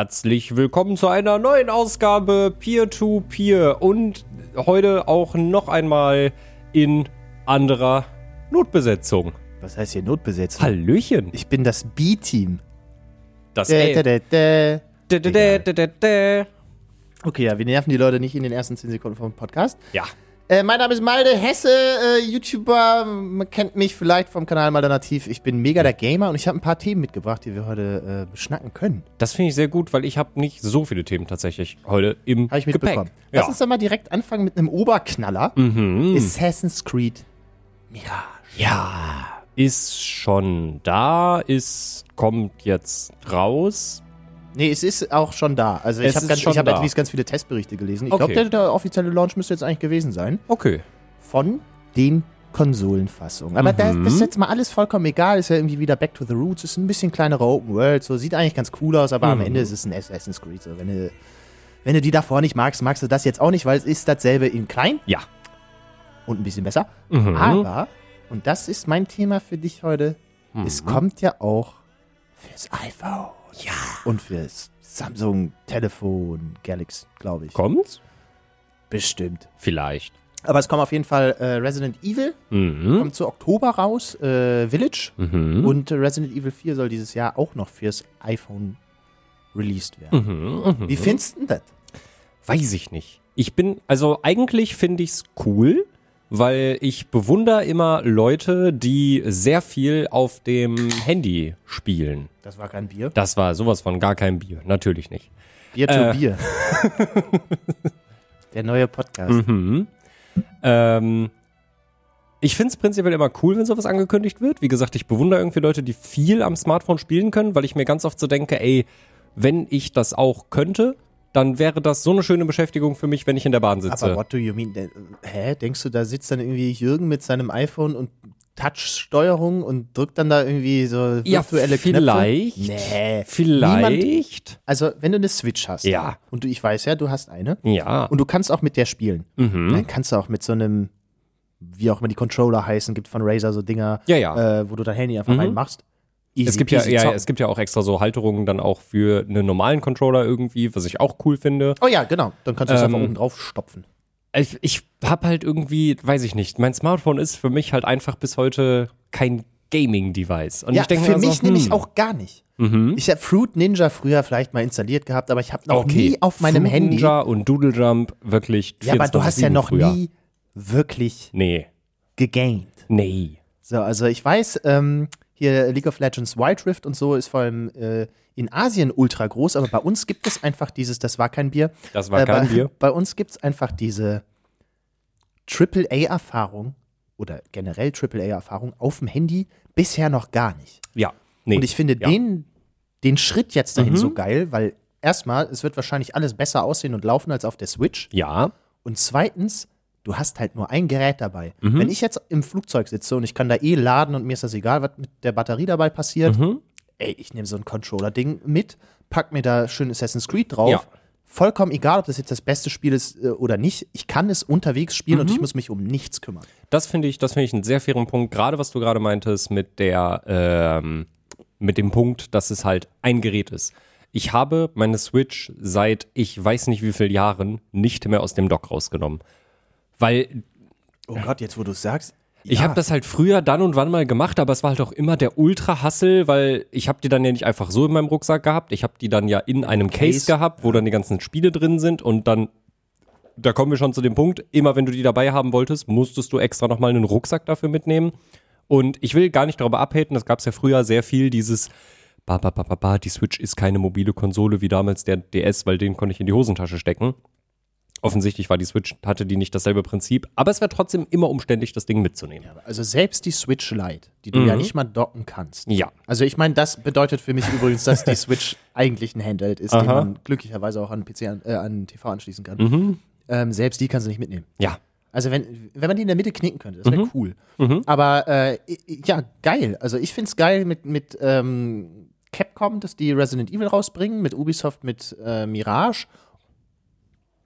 Herzlich willkommen zu einer neuen Ausgabe Peer-to-Peer und heute auch noch einmal in anderer Notbesetzung. Was heißt hier Notbesetzung? Halt. Hallöchen. Ich bin das B-Team. Das äh, Dä, L. dä, dä, Dä, dä, dä, dä, dä, dä. dä. Okay, ja, wir nerven die Leute nicht in den ersten 10 Sekunden vom Podcast. Ja, Äh, mein Name ist Malde Hesse, äh, YouTuber. Man kennt mich vielleicht vom Kanal Malde Nativ. Ich bin mega der Gamer und ich habe ein paar Themen mitgebracht, die wir heute äh, beschnacken können. das finde ich sehr gut, weil ich habe nicht so viele Themen tatsächlich heute im Habe ich mitbekommen. Gepäck. Lass Ja. Mhm. uns doch mal direkt anfangen mit einem Oberknaller. Assassin's Creed Mirage. ja, ist schon da, ist kommt jetzt raus. Nee, es ist auch schon da. Also Es ich habe ist ganz, schon ich hab da. allerdings ganz viele Testberichte gelesen. Ich Okay. glaube, der, der offizielle Launch müsste jetzt eigentlich gewesen sein. Okay. von den Konsolenfassungen. Aber da, das ist jetzt mal alles vollkommen egal. Ist ja irgendwie wieder Back to the Roots. Ist ein bisschen kleinerer Open World. So sieht eigentlich ganz cool aus, aber am Ende ist es ein Assassin's Creed. So, wenn du, wenn du die davor nicht magst, magst du das jetzt auch nicht, weil es ist dasselbe in klein Ja. und ein bisschen besser. Aber, und das ist mein Thema für dich heute, es kommt ja auch fürs iPhone. Ja. Und fürs Samsung Telefon Galaxy, glaube ich. Kommt's? Bestimmt. Vielleicht. Aber es kommen auf jeden Fall äh, Resident Evil Mhm. kommt zu Oktober raus, äh, Village. Mhm. Und äh, Resident Evil 4 soll dieses Jahr auch noch fürs iPhone released werden. Mhm. Mhm. Wie findest du denn das? Weiß ich nicht. Ich bin, also eigentlich finde ich's cool, weil ich bewundere immer Leute, die sehr viel auf dem Handy spielen. Das war kein Bier. Das war sowas von gar kein Bier. Natürlich nicht. Bier to Bier. Der neue Podcast. Mhm. Ähm, ich finde es prinzipiell immer cool, wenn sowas angekündigt wird. Wie gesagt, ich bewundere irgendwie Leute, die viel am Smartphone spielen können, weil ich mir ganz oft so denke, ey, wenn ich das auch könnte, dann wäre das so eine schöne Beschäftigung für mich, wenn ich in der Bahn sitze. Aber what do you mean? Denn, äh, Hä? Denkst du, da sitzt dann irgendwie Jürgen mit seinem iPhone und Touch-Steuerung und drückt dann da irgendwie so Ja, virtuelle vielleicht. Knöpfe? Nee. Niemand, Vielleicht. also, wenn du eine Switch hast. Ja. Und du, ich weiß ja, du hast eine. Ja. Und du kannst auch mit der spielen. Mhm. Dann kannst du auch mit so einem, wie auch immer die Controller heißen, gibt von Razer so Dinger, Ja, ja. Mhm. Äh, wo du dein Handy einfach reinmachst. Easy, Es gibt ja, peasy ja, ja, zocken. es gibt ja auch extra so Halterungen dann auch für einen normalen Controller irgendwie, was ich auch cool finde. Oh ja, genau. Dann kannst du es einfach Ähm, oben drauf stopfen. Ich, ich hab halt irgendwie, weiß ich nicht, mein Smartphone ist für mich halt einfach bis heute kein Gaming-Device. Und Ja, ich denke für mir so, mich hm, Mhm. nämlich auch gar nicht. Ich habe Fruit Ninja früher vielleicht mal installiert gehabt, aber ich habe noch okay, nie auf meinem Fruit Handy. Ninja und Doodle Jump wirklich. ja, aber du hast ja 24/7 noch früher. nie wirklich Nee, gegamed. nee. So, also ich weiß, ähm, hier League of Legends Wild Rift und so ist vor allem äh, in Asien ultra groß, aber bei uns gibt es einfach dieses, das war kein Bier. äh, Das war kein bei, Bier. Bei uns gibt es einfach diese AAA-Erfahrung oder generell AAA-Erfahrung auf dem Handy bisher noch gar nicht. Ja, nee. Und ich finde ja. Mhm. den, den Schritt jetzt dahin so geil, weil erstmal, es wird wahrscheinlich alles besser aussehen und laufen als auf der Switch. Ja, Und zweitens, du hast halt nur ein Gerät dabei. Mhm. Wenn ich jetzt im Flugzeug sitze und ich kann da eh laden und mir ist das egal, was mit der Batterie dabei passiert, Mhm. ey, ich nehme so ein Controller-Ding mit, pack mir da schön Assassin's Creed drauf. Ja. Vollkommen egal, ob das jetzt das beste Spiel ist äh, oder nicht. Ich kann es unterwegs Mhm. spielen und ich muss mich um nichts kümmern. das finde ich, das finde ich einen sehr fairen Punkt. Gerade was du gerade meintest mit der, ähm, mit dem Punkt, dass es halt ein Gerät ist. Ich habe meine Switch seit ich weiß nicht wie vielen Jahren nicht mehr aus dem Dock rausgenommen. Weil Oh Gott, jetzt wo du es sagst. Ich habe das halt früher dann und wann mal gemacht, aber es war halt auch immer der Ultra-Hassel, weil ich habe die dann ja nicht einfach so in meinem Rucksack gehabt. Ich habe die dann ja in einem Case, Case. gehabt, wo dann die ganzen Spiele drin sind und dann, da kommen wir schon zu dem Punkt, immer wenn du die dabei haben wolltest, musstest du extra nochmal einen Rucksack dafür mitnehmen. Und ich will gar nicht darüber abhaten, das gab es ja früher sehr viel, dieses ba, ba, ba, ba, ba, die Switch ist keine mobile Konsole wie damals der DS, weil den konnte ich in die Hosentasche stecken. Offensichtlich war die Switch, hatte die nicht dasselbe Prinzip, aber es wäre trotzdem immer umständlich, das Ding mitzunehmen. Also selbst die Switch Lite, die du ja nicht mal docken kannst. Ja. Also ich meine, das bedeutet für mich übrigens, dass die Switch eigentlich ein Handheld ist, den man glücklicherweise auch an PC an, äh, an TV anschließen kann. Ähm, selbst die kannst du nicht mitnehmen. Ja. Also wenn, wenn man die in der Mitte knicken könnte, das wäre Mhm. cool. Aber äh, i- i- ja, geil. Also ich finde es geil mit, mit ähm, Capcom, dass die Resident Evil rausbringen, mit Ubisoft, mit äh, Mirage.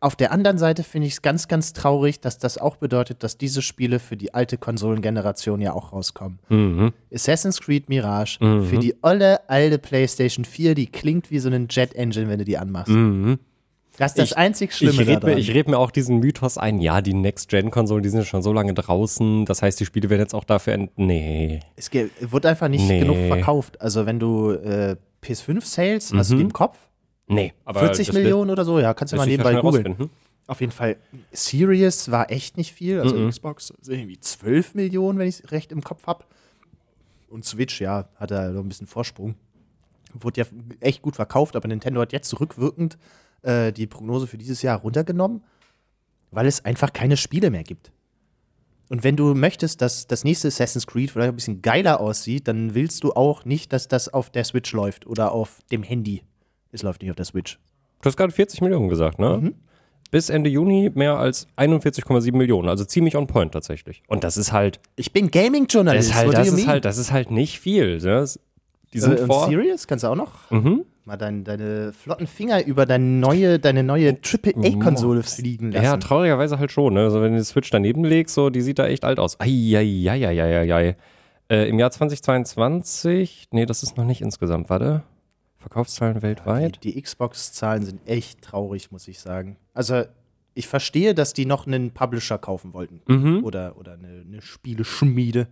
Auf der anderen Seite finde ich es ganz, ganz traurig, dass das auch bedeutet, dass diese Spiele für die alte Konsolengeneration ja auch rauskommen. Mhm. Assassin's Creed Mirage Mhm. für die olle alte PlayStation 4, die klingt wie so ein Jet Engine, wenn du die anmachst. Mhm. Das ist das Ich- einzig Ich Schlimme rede mir, daran. ich red mir auch diesen Mythos ein, ja, die Next-Gen-Konsolen, die sind schon so lange draußen, das heißt, die Spiele werden jetzt auch dafür ent. Nee. es ge- wird einfach nicht Nee. genug verkauft. Also wenn du äh, PS5 Sales hast du die im Kopf, Nee. Aber 40 das wird- Millionen oder so, ja, kannst du lässt mal sich ja nebenbei schnell googeln. rausfinden. Auf jeden Fall, Series war echt nicht viel. Also Mhm. Xbox irgendwie 12 Millionen, wenn ich es recht im Kopf habe. Und Switch, ja, hat er noch ein bisschen Vorsprung. Wurde ja echt gut verkauft, aber Nintendo hat jetzt rückwirkend äh, die Prognose für dieses Jahr runtergenommen, weil es einfach keine Spiele mehr gibt. Und wenn du möchtest, dass das nächste Assassin's Creed vielleicht ein bisschen geiler aussieht, dann willst du auch nicht, dass das auf der Switch läuft oder auf dem Handy. Es läuft nicht auf der Switch. Du hast gerade 40 Millionen gesagt, ne? Mhm. Bis Ende Juni mehr als 41,7 Millionen, also ziemlich on point tatsächlich. Und das ist halt, Ich bin das Gaming-Journalist. ist halt, what do das you ist mean? Also halt, das ist halt nicht viel. ne? Das, die sind Äh, und vor. Mhm. Serious kannst du auch noch mal dein, deine flotten Finger über deine neue, deine neue AAA-Konsole fliegen Oh. Ja, lassen. traurigerweise halt schon. Ne? Also wenn du die Switch daneben legst, so, die sieht da echt alt aus. Eieieiei. Äh, Im Jahr 2022, nee, das ist noch nicht insgesamt, warte. Verkaufszahlen weltweit. die die Xbox-Zahlen sind echt traurig, muss ich sagen. Also, ich verstehe, dass die noch einen Publisher kaufen wollten. Mhm. Oder, oder eine, eine Spieleschmiede.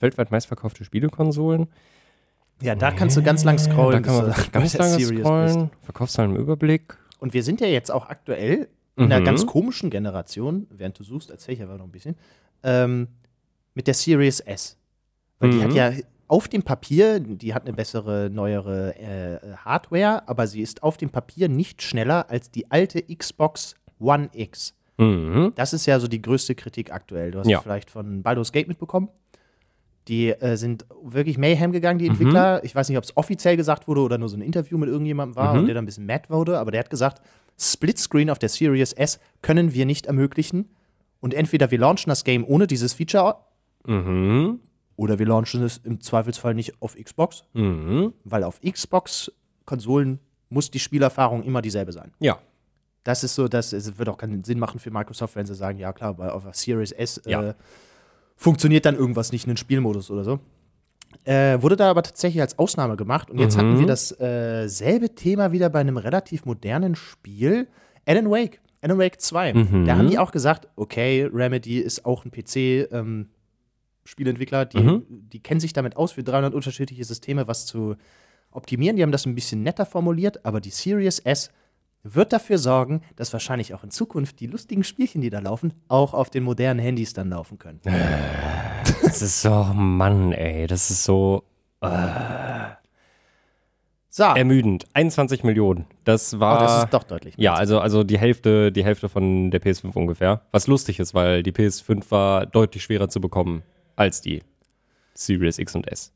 Weltweit meistverkaufte Spielekonsolen. Ja, da kannst du ganz lang scrollen. da kann man bis du wirklich bei ganz der lange Series bist. scrollen. Verkaufszahlen im Überblick. Und wir sind ja jetzt auch aktuell in einer ganz komischen Generation, während du suchst, erzähl ich aber noch ein bisschen, ähm, mit der Series S. Weil die Mhm. hat ja auf dem Papier, die hat eine bessere, neuere äh, Hardware, aber sie ist auf dem Papier nicht schneller als die alte Xbox One X. Mhm. Das ist ja so die größte Kritik aktuell. Du hast Ja. es vielleicht von Baldur's Gate mitbekommen. Die äh, sind wirklich Mayhem gegangen, die Entwickler. Ich weiß nicht, ob es offiziell gesagt wurde oder nur so ein Interview mit irgendjemandem war und der dann ein bisschen mad wurde, aber der hat gesagt, Splitscreen auf der Series S können wir nicht ermöglichen. Und entweder wir launchen das Game ohne dieses Feature Mhm. oder wir launchen es im Zweifelsfall nicht auf Xbox, Mhm. weil auf Xbox-Konsolen muss die Spielerfahrung immer dieselbe sein. Ja. Das ist so, das es wird auch keinen Sinn machen für Microsoft, wenn sie sagen, ja klar, bei auf der Series S Ja. äh, funktioniert dann irgendwas nicht in den Spielmodus oder so. Äh, wurde da aber tatsächlich als Ausnahme gemacht und jetzt hatten wir dasselbe äh, selbe Thema wieder bei einem relativ modernen Spiel, Alan Wake, Alan Wake 2. Da haben die auch gesagt, okay, Remedy ist auch ein PC ähm, Spielentwickler, die, die kennen sich damit aus, für 300 unterschiedliche Systeme was zu optimieren. Die haben das ein bisschen netter formuliert, aber die Series S wird dafür sorgen, dass wahrscheinlich auch in Zukunft die lustigen Spielchen, die da laufen, auch auf den modernen Handys dann laufen können. Das ist so, oh Mann, ey. Das ist so So, ermüdend. 21 Millionen. Das oh, war. das ist doch deutlich. ja, also, also die Hälfte, die Hälfte von der PS5 ungefähr. Was lustig ist, weil die PS5 war deutlich schwerer zu bekommen als die Series X und S.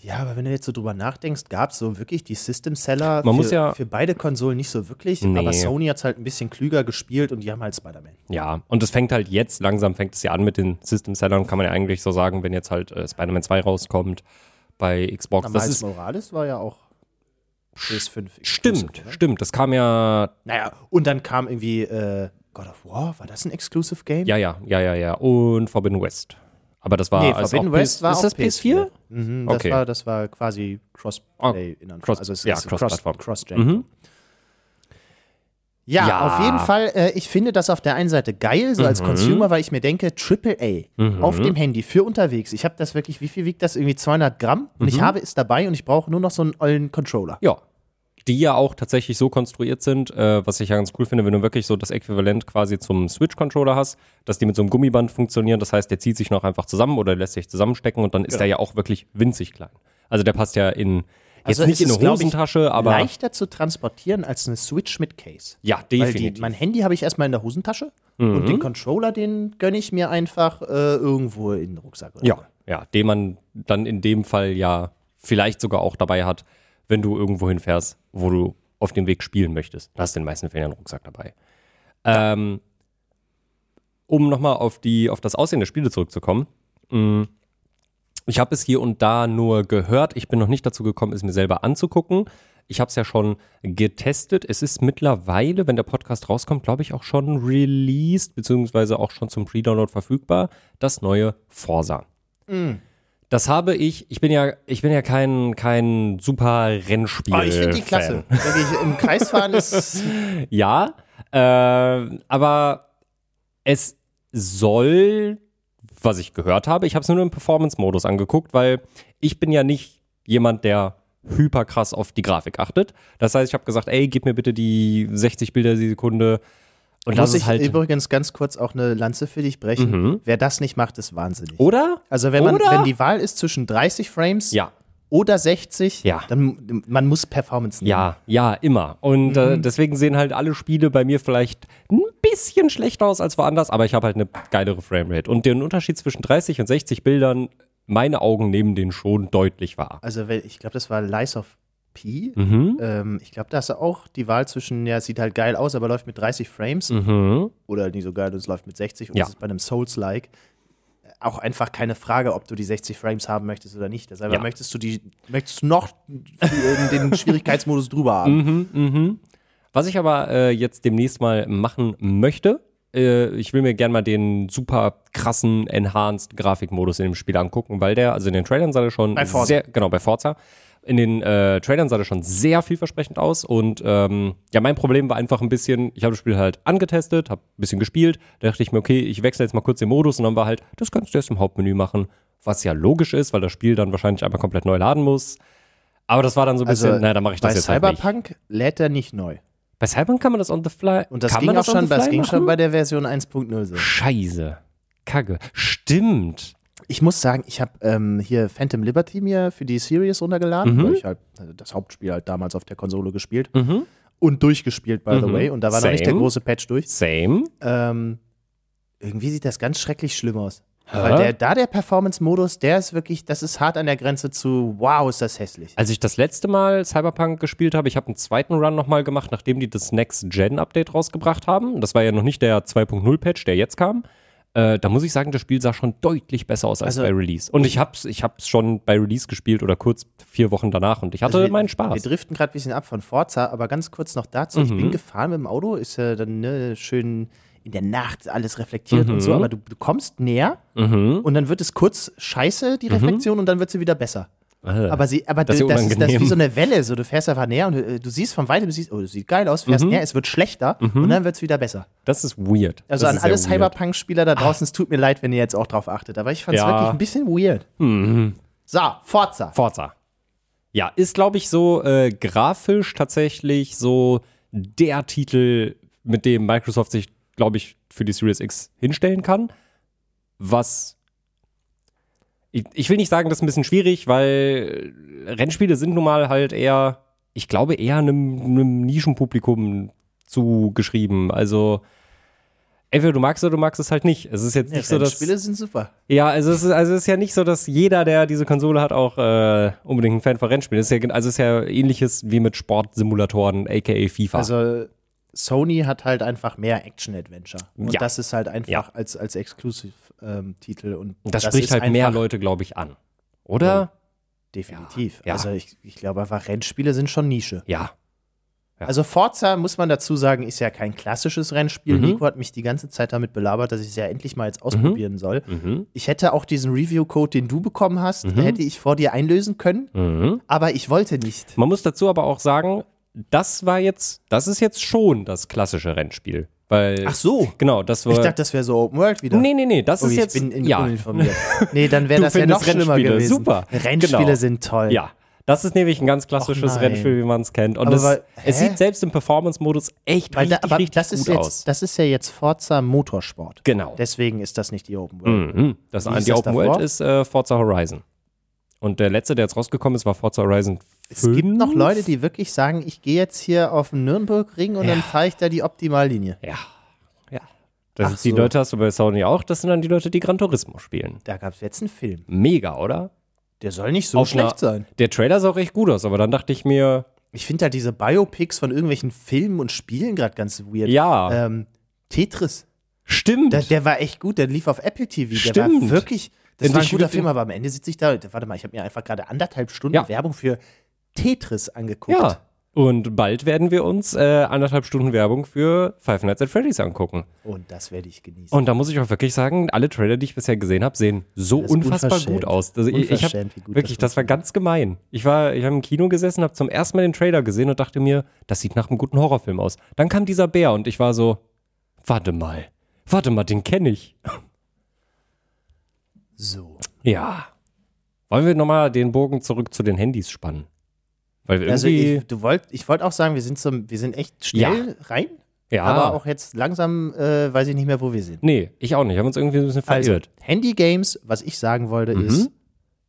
Ja, aber wenn du jetzt so drüber nachdenkst, gab es so wirklich die System-Seller für, Man muss ja- für beide Konsolen nicht so wirklich, Nee. aber Sony hat es halt ein bisschen klüger gespielt und die haben halt Spider-Man. Ja, und es fängt halt jetzt, langsam fängt es ja an mit den System-Sellern, kann man ja eigentlich so sagen, wenn jetzt halt äh, Spider-Man 2 rauskommt bei Xbox. Aber Das Miles ist, halt Morales war ja auch PS5. stimmt, ne? stimmt. Das kam ja Naja, und dann kam irgendwie äh, God of War, war das ein Exclusive Game? Ja, ja, ja, ja, ja. Und Forbidden West. Aber das war. Nee, also Forbidden auch West PS war Ist auch das PS4? Mhm, das, Okay. Ah, war, das war quasi Crossplay in Anführungs- Cross- also es ja, ist Cross-Plattform. Cross, cross Mhm. ja, Ja. Mhm. auf jeden Fall, äh, ich finde das auf der einen Seite geil, so als Consumer, weil ich mir denke, AAA auf dem Handy für unterwegs. Ich habe das wirklich, wie viel wiegt das? Irgendwie 200 Gramm und ich habe es dabei und ich brauche nur noch so einen ollen Controller. Mhm. Ja. Die ja auch tatsächlich so konstruiert sind, äh, was ich ja ganz cool finde, wenn du wirklich so das Äquivalent quasi zum Switch-Controller hast, dass die mit so einem Gummiband funktionieren. Das heißt, der zieht sich noch einfach zusammen oder lässt sich zusammenstecken und Genau. dann ist der ja auch wirklich winzig klein. Also der passt ja in. Jetzt Also nicht in es eine ist, glaub ich, Hosentasche, aber. Leichter zu transportieren als eine Switch mit Case. Ja, Weil die, definitiv. Mhm. mein Handy habe ich erstmal in der Hosentasche und den Controller, den gönne ich mir einfach äh, irgendwo in den Rucksack. Oder so. Ja, ja, den man dann in dem Fall ja vielleicht sogar auch dabei hat, wenn du irgendwo hinfährst, wo du auf dem Weg spielen möchtest. Da hast du in den meisten Fällen ja einen Rucksack dabei. Ähm, um nochmal auf, die, auf das Aussehen der Spiele zurückzukommen. mh, Ich habe es hier und da nur gehört. Ich bin noch nicht dazu gekommen, es mir selber anzugucken. Ich habe es ja schon getestet. Es ist mittlerweile, wenn der Podcast rauskommt, glaube ich, auch schon released, beziehungsweise auch schon zum Pre-Download verfügbar, das neue Forsa. Mm. Das habe ich, ich bin ja, ich bin ja kein, kein super Rennspiel. Oh, ich finde die klasse. Wirklich, Im Kreis fahren ist. Ja, äh, aber es soll, was ich gehört habe, ich habe es nur im Performance-Modus angeguckt, weil ich bin ja nicht jemand, der hyper krass auf die Grafik achtet. Das heißt, ich habe gesagt, ey, gib mir bitte die 60 Bilder die Sekunde. Und Muss das ich ist halt. übrigens ganz kurz auch eine Lanze für dich brechen. Wer das nicht macht, ist wahnsinnig. Oder? Also wenn man, Oder? wenn die Wahl ist zwischen 30 Frames Ja. oder 60, Ja. dann man muss Performance nehmen. Ja, ja, immer. Und äh, deswegen sehen halt alle Spiele bei mir vielleicht ein bisschen schlechter aus als woanders, aber ich habe halt eine geilere Framerate. Und den Unterschied zwischen 30 und 60 Bildern, meine Augen nehmen den schon deutlich wahr. Also weil- ich glaube, das war Lies of P. Mhm. Ähm, ich glaube, da hast du auch die Wahl zwischen, ja, sieht halt geil aus, aber läuft mit 30 Frames Mhm. oder nicht so geil und es läuft mit 60 und Ja. das ist bei einem Souls-like auch einfach keine Frage, ob du die 60 Frames haben möchtest oder nicht. Das heißt, Ja. möchtest du die, möchtest du noch den den Schwierigkeitsmodus drüber haben? Mhm, mhm. Was ich aber äh, jetzt demnächst mal machen möchte, äh, ich will mir gerne mal den super krassen Enhanced Grafikmodus in dem Spiel angucken, weil der, also in den Trailern sah der schon Bei Forza. sehr, genau, bei Forza. In den äh, Trailern sah der schon sehr vielversprechend aus und ähm, ja, mein Problem war einfach ein bisschen, ich habe das Spiel halt angetestet, habe ein bisschen gespielt, da dachte ich mir, okay, ich wechsle jetzt mal kurz den Modus und dann war halt, das kannst du erst im Hauptmenü machen, was ja logisch ist, weil das Spiel dann wahrscheinlich einmal komplett neu laden muss. Aber das war dann so ein bisschen, naja, dann mache ich das Also, bei jetzt halt nicht. Cyberpunk lädt er nicht neu. Bei Cyberpunk kann man das on the fly. Und das kann ging man auch schon, on the das fly ging schon machen? bei der Version 1.0 so. Scheiße. Kacke. Stimmt. Ich muss sagen, ich habe ähm, hier Phantom Liberty mir für die Series runtergeladen, Mhm. weil ich halt also das Hauptspiel halt damals auf der Konsole gespielt und durchgespielt, by the way. Und da war noch nicht der Mhm. Same. große Patch durch. Same. Ähm, irgendwie sieht das ganz schrecklich schlimm aus. Hä? Weil der, da der Performance-Modus, der ist wirklich, das ist hart an der Grenze zu, wow, ist das hässlich. Als ich das letzte Mal Cyberpunk gespielt habe, ich habe einen zweiten Run nochmal gemacht, nachdem die das Next-Gen-Update rausgebracht haben. Das war ja noch nicht der 2.0-Patch, der jetzt kam. Äh, da muss ich sagen, das Spiel sah schon deutlich besser aus als Also- bei Release. Und ich hab's, ich hab's schon bei Release gespielt oder kurz vier Wochen danach und ich hatte Also wir- meinen Wir Spaß. Mhm. driften gerade ein bisschen ab von Forza, aber ganz kurz noch dazu. Ich bin gefahren mit dem Auto, ist ja dann ne, schön in der Nacht alles reflektiert und Mhm. so, aber du, du kommst näher und dann wird es kurz scheiße, die Reflexion, und dann wird sie wieder besser. Äh. Aber, sie, aber Das das, ist Mhm. ja das, ist, das ist wie unangenehm. so eine Welle. So, du fährst einfach näher und äh, du siehst von weitem, du siehst, oh, das sieht geil aus, Mhm. fährst näher, es wird schlechter und dann wird es wieder besser. Das ist weird. Also Mhm. das an ist sehr alle weird. Ah. Cyberpunk-Spieler da draußen, es tut mir leid, wenn ihr jetzt auch drauf achtet, aber ich fand es Ja. Mhm. wirklich ein bisschen weird. So, Forza. Forza. Ja, ist, glaube ich, so äh, grafisch tatsächlich so der Titel, mit dem Microsoft sich, glaube ich, für die Series X hinstellen kann. Was. Ich, ich will nicht sagen, das ist ein bisschen schwierig, weil äh, Rennspiele sind nun mal halt eher, ich glaube, eher einem, einem Nischenpublikum zugeschrieben. Also. Entweder du magst oder du magst es halt nicht. Es ist jetzt nicht so, dass. Spiele sind super. Ja, also es, ist, also es ist ja nicht so, dass jeder, der diese Konsole hat, auch äh, unbedingt ein Fan von Rennspielen ist. Ja, gen- also es ist ja ähnliches wie mit Sportsimulatoren, aka FIFA. Also Sony hat halt einfach mehr Action-Adventure. Und Ja. das ist halt einfach Ja. als, als Exclusive-Titel. und das, spricht ist halt einfach mehr Leute, glaube ich, an. Oder? Definitiv. Ja. Also ich, ich glaube einfach, Rennspiele sind schon Nische. Ja. Ja. Also Forza, muss man dazu sagen, ist ja kein klassisches Rennspiel. Mhm. Nico hat mich die ganze Zeit damit belabert, dass ich es ja endlich mal jetzt ausprobieren soll. Mhm. Ich hätte auch diesen Review-Code, den du bekommen hast, hätte ich vor dir einlösen können, Mhm. aber ich wollte nicht. Man muss dazu aber auch sagen, das war jetzt, das ist jetzt schon das klassische Rennspiel. Weil, Ach so. Genau, das war. Ich dachte, das wäre so Open World wieder. nee, nee, nee, das Oh, ist ich jetzt. bin in ja. uninformiert. Nee, dann wäre Du das ja noch findest schlimmer Rennspiele gewesen. super. Rennspiele Genau. sind toll. Ja, das ist nämlich ein ganz klassisches Och nein. Rennspiel, wie man es kennt. Und Aber das, weil- es hä? sieht selbst im Performance-Modus echt Weil da, richtig, aber richtig das gut ist, jetzt, aus. das ist ja jetzt Forza Motorsport. Genau. Deswegen ist das nicht die Open World. Mhm. Das Wie eine, ist die das Open davor? World ist äh, Forza Horizon. Und der letzte, der jetzt rausgekommen ist, war Forza Horizon 5. Es gibt noch Leute, die wirklich sagen, ich gehe jetzt hier auf den Nürnbergring und Ja. dann fahre ich da die Optimallinie. Ja. ja. Das Ach ist die so. Leute hast du bei Sony auch. Das sind dann die Leute, die Gran Turismo spielen. Da gab es jetzt einen Film. Mega, oder? Der soll nicht so Auf schlecht einer- sein. Der Trailer sah auch echt gut aus, aber dann dachte ich mir, Ich finde halt diese Biopics von irgendwelchen Filmen und Spielen gerade ganz weird. ja, Ähm, Tetris, stimmt. der, der war echt gut, der lief auf Apple TV. Der war Stimmt. wirklich, das Und war ein ich guter würd- Film, aber am Ende sitze ich da, warte mal, ich habe mir einfach gerade anderthalb Stunden Ja. Werbung für Tetris angeguckt. ja, Und bald werden wir uns äh, anderthalb Stunden Werbung für Five Nights at Freddy's angucken. Und das werde ich genießen. Und da muss ich auch wirklich sagen, alle Trailer, die ich bisher gesehen habe, sehen so Das ist unfassbar unverschämt. gut aus. Also ich, ich hab, Unverschämt, wie gut wirklich, das das war ganz gemein. Ich war, ich habe im Kino gesessen, habe zum ersten Mal den Trailer gesehen und dachte mir, das sieht nach einem guten Horrorfilm aus. Dann kam dieser Bär und ich war so, warte mal, warte mal, den kenne ich. so. Ja. Wollen wir nochmal den Bogen zurück zu den Handys spannen? Weil wir Also irgendwie, ich, du wollt, ich wollte auch sagen, wir sind, zum, wir sind echt schnell rein, ja, aber auch jetzt langsam äh, weiß ich nicht mehr, wo wir sind. nee, ich auch nicht. Haben uns irgendwie ein bisschen Also, verirrt. Handy-Games, was ich sagen wollte, Mhm. ist,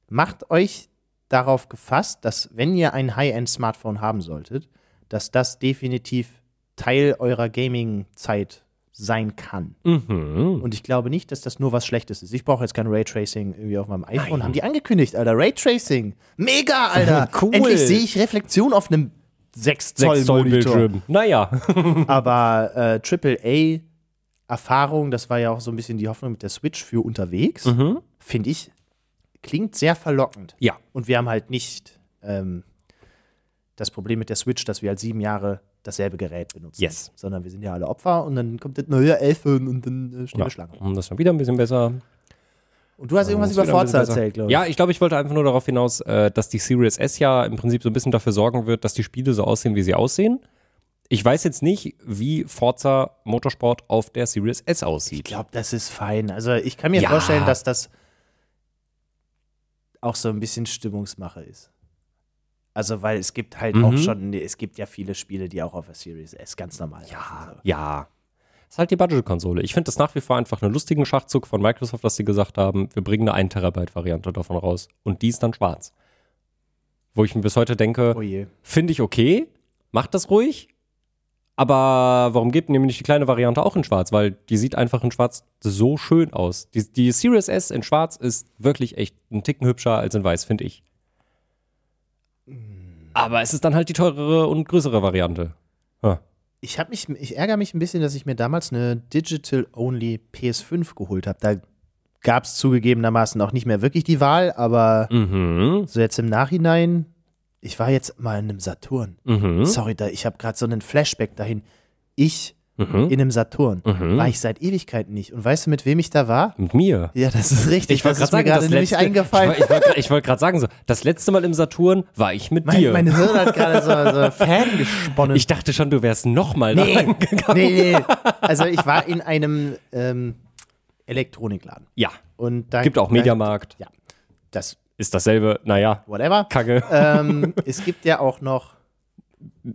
macht euch darauf gefasst, dass wenn ihr ein High-End-Smartphone haben solltet, dass das definitiv Teil eurer Gaming-Zeit sein kann. mhm. Und ich glaube nicht, dass das nur was Schlechtes ist. Ich brauche jetzt kein Raytracing irgendwie auf meinem iPhone. Haben die angekündigt, Alter. Raytracing. Mega, Alter. Cool. Endlich sehe ich Reflexion auf einem 6 Zoll, 6 Zoll Monitor. Bildschirm. Naja. Aber äh, AAA-Erfahrung, das war ja auch so ein bisschen die Hoffnung mit der Switch für unterwegs, finde ich, klingt sehr verlockend. ja. Und wir haben halt nicht ähm, das Problem mit der Switch, dass wir halt sieben Jahre dasselbe Gerät benutzen. Yes. Sondern wir sind ja alle Opfer und dann kommt das neue Elfen und dann äh, stehen wir Schlange. Um das dann wieder ein bisschen besser. Und du hast irgendwas Das Also wieder über ein Forza bisschen besser. erzählt, glaube ich. Ja, ich glaube, ich wollte einfach nur darauf hinaus, äh, dass die Series S ja im Prinzip so ein bisschen dafür sorgen wird, dass die Spiele so aussehen, wie sie aussehen. Ich weiß jetzt nicht, wie Forza Motorsport auf der Series S Ich aussieht. glaube, das ist fein. Also ich kann mir Ja. vorstellen, dass das auch so ein bisschen Stimmungsmache ist. Also, weil es gibt halt Mhm. auch schon, es gibt ja viele Spiele, die auch auf der Series S ganz normal laufen. Ja. Ist halt die Budget-Konsole. Ich finde das nach wie vor einfach einen lustigen Schachzug von Microsoft, dass sie gesagt haben, wir bringen eine 1-Terabyte-Variante davon raus. Und die ist dann schwarz. Wo ich mir bis heute denke, Oh je. Finde ich okay, macht das ruhig. Aber warum gebt ihr mir nicht die kleine Variante auch in Schwarz? Weil die sieht einfach in Schwarz so schön aus. Die, die Series S in Schwarz ist wirklich echt einen Ticken hübscher als in Weiß, finde ich. Aber es ist dann halt die teurere und größere Variante. Ha. Ich, hab mich, ich ärgere mich ein bisschen, dass ich mir damals eine Digital-Only PS5 geholt habe. Da gab es zugegebenermaßen auch nicht mehr wirklich die Wahl, aber Mhm. so jetzt im Nachhinein, ich war jetzt mal in einem Saturn. Mhm. Sorry, da, ich habe gerade so einen Flashback dahin. Ich Mhm. in einem Saturn. Mhm. War ich seit Ewigkeiten nicht. Und weißt du, mit wem ich da war? Mit mir. Ja, das ist richtig. wollte das ist mir gerade nämlich eingefallen. Ich, wollte- ich wollte- ich wollte gerade sagen, so, das letzte Mal im Saturn war ich mit mein, dir. mein Hirn hat gerade so, so Fan gesponnen. ich dachte schon, du wärst nochmal da nee, reingegangen. nee, nee. Also ich war in einem ähm, Elektronikladen. Ja. Und da Gibt auch Mediamarkt. Ja, das, Ist dasselbe, naja, whatever. Kacke. Ähm, es gibt ja auch noch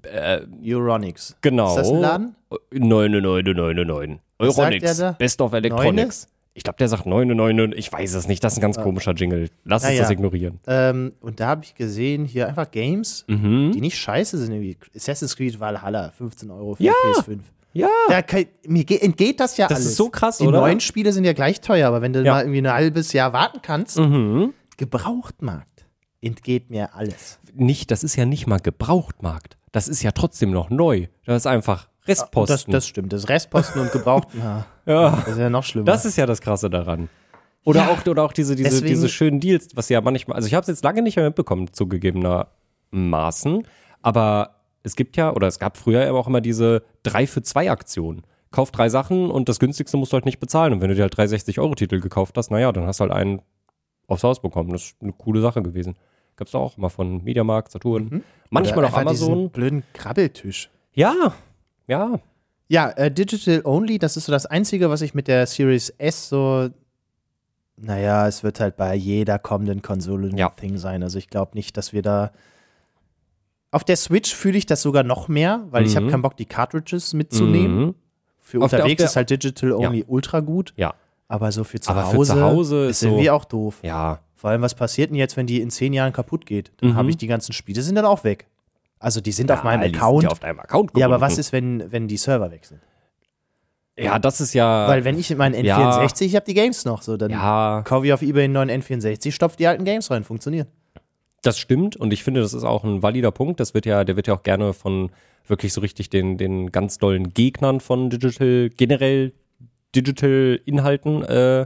Äh, Euronics. genau. Ist das ein Laden? 9999. sagt der Euronics. da? Best of Electronics. Ich glaube, der sagt 999. Ich weiß es nicht. Das ist ein ganz Ah. komischer Jingle. Lass uns Naja. das ignorieren. Ähm, und da habe ich gesehen, hier einfach Games, Mhm. die nicht scheiße sind. Irgendwie Assassin's Creed Valhalla, 15 Euro für PS5. Ja. Ah. Da kann, mir ge- entgeht das ja Das alles. ist so krass, Die oder? neuen Spiele sind ja gleich teuer, aber wenn du Ja. mal irgendwie ein halbes Jahr warten kannst, Mhm. Gebrauchtmarkt entgeht mir alles. Nicht, das ist ja nicht mal Gebrauchtmarkt. Das ist ja trotzdem noch neu. Das ist einfach Restposten. Ah, Das, das stimmt. Das Restposten und Gebrauchten, ja, ja. das ist ja noch schlimmer. Das ist ja das Krasse daran. Oder auch, oder auch diese, diese, deswegen- diese schönen Deals, was ja manchmal, also ich habe es jetzt lange nicht mehr mitbekommen, zugegebenermaßen, aber es gibt ja, oder es gab früher eben auch immer diese 3 für 2 Aktion. Kauf drei Sachen und das günstigste musst du halt nicht bezahlen. Und wenn du dir halt 360 Euro Titel gekauft hast, naja, dann hast du halt einen aufs Haus bekommen. Das ist eine coole Sache gewesen. Gab es auch immer von Mediamarkt, Saturn. Manchmal Mhm. Oder auch einfach Amazon. Diesen blöden Krabbeltisch. Ja, ja. Ja, äh, Digital Only, das ist so das Einzige, was ich mit der Series S so. Naja, es wird halt bei jeder kommenden Konsole ein Ja. Thing sein. Also ich glaube nicht, dass wir da. Auf der Switch fühle ich das sogar noch mehr, weil ich Mhm. habe keinen Bock, die Cartridges mitzunehmen. Mhm. Für Auf der- auf unterwegs der- ist halt Digital Only ultra gut, Ja, aber so für zu Aber für Hause, zu Hause ist ist so- irgendwie auch doof. ja. Vor allem, was passiert denn jetzt, wenn die in zehn Jahren kaputt geht? Dann habe ich die ganzen Spiele, sind dann auch weg. Also die sind auf meinem Mhm. Ja, die sind Account. Ja, auf deinem Account ja, aber gebunden. was ist, wenn, wenn die Server weg sind? Ja, das ist ja. Weil wenn ich in meinen ja. N64, ich habe die Games noch, so dann ja, kaufe ich auf Ebay einen neuen N64, stopf die alten Games rein, funktioniert. das stimmt und ich finde, das ist auch ein valider Punkt. Das wird ja, der wird ja auch gerne von wirklich so richtig den, den ganz dollen Gegnern von Digital, generell Digital-Inhalten äh,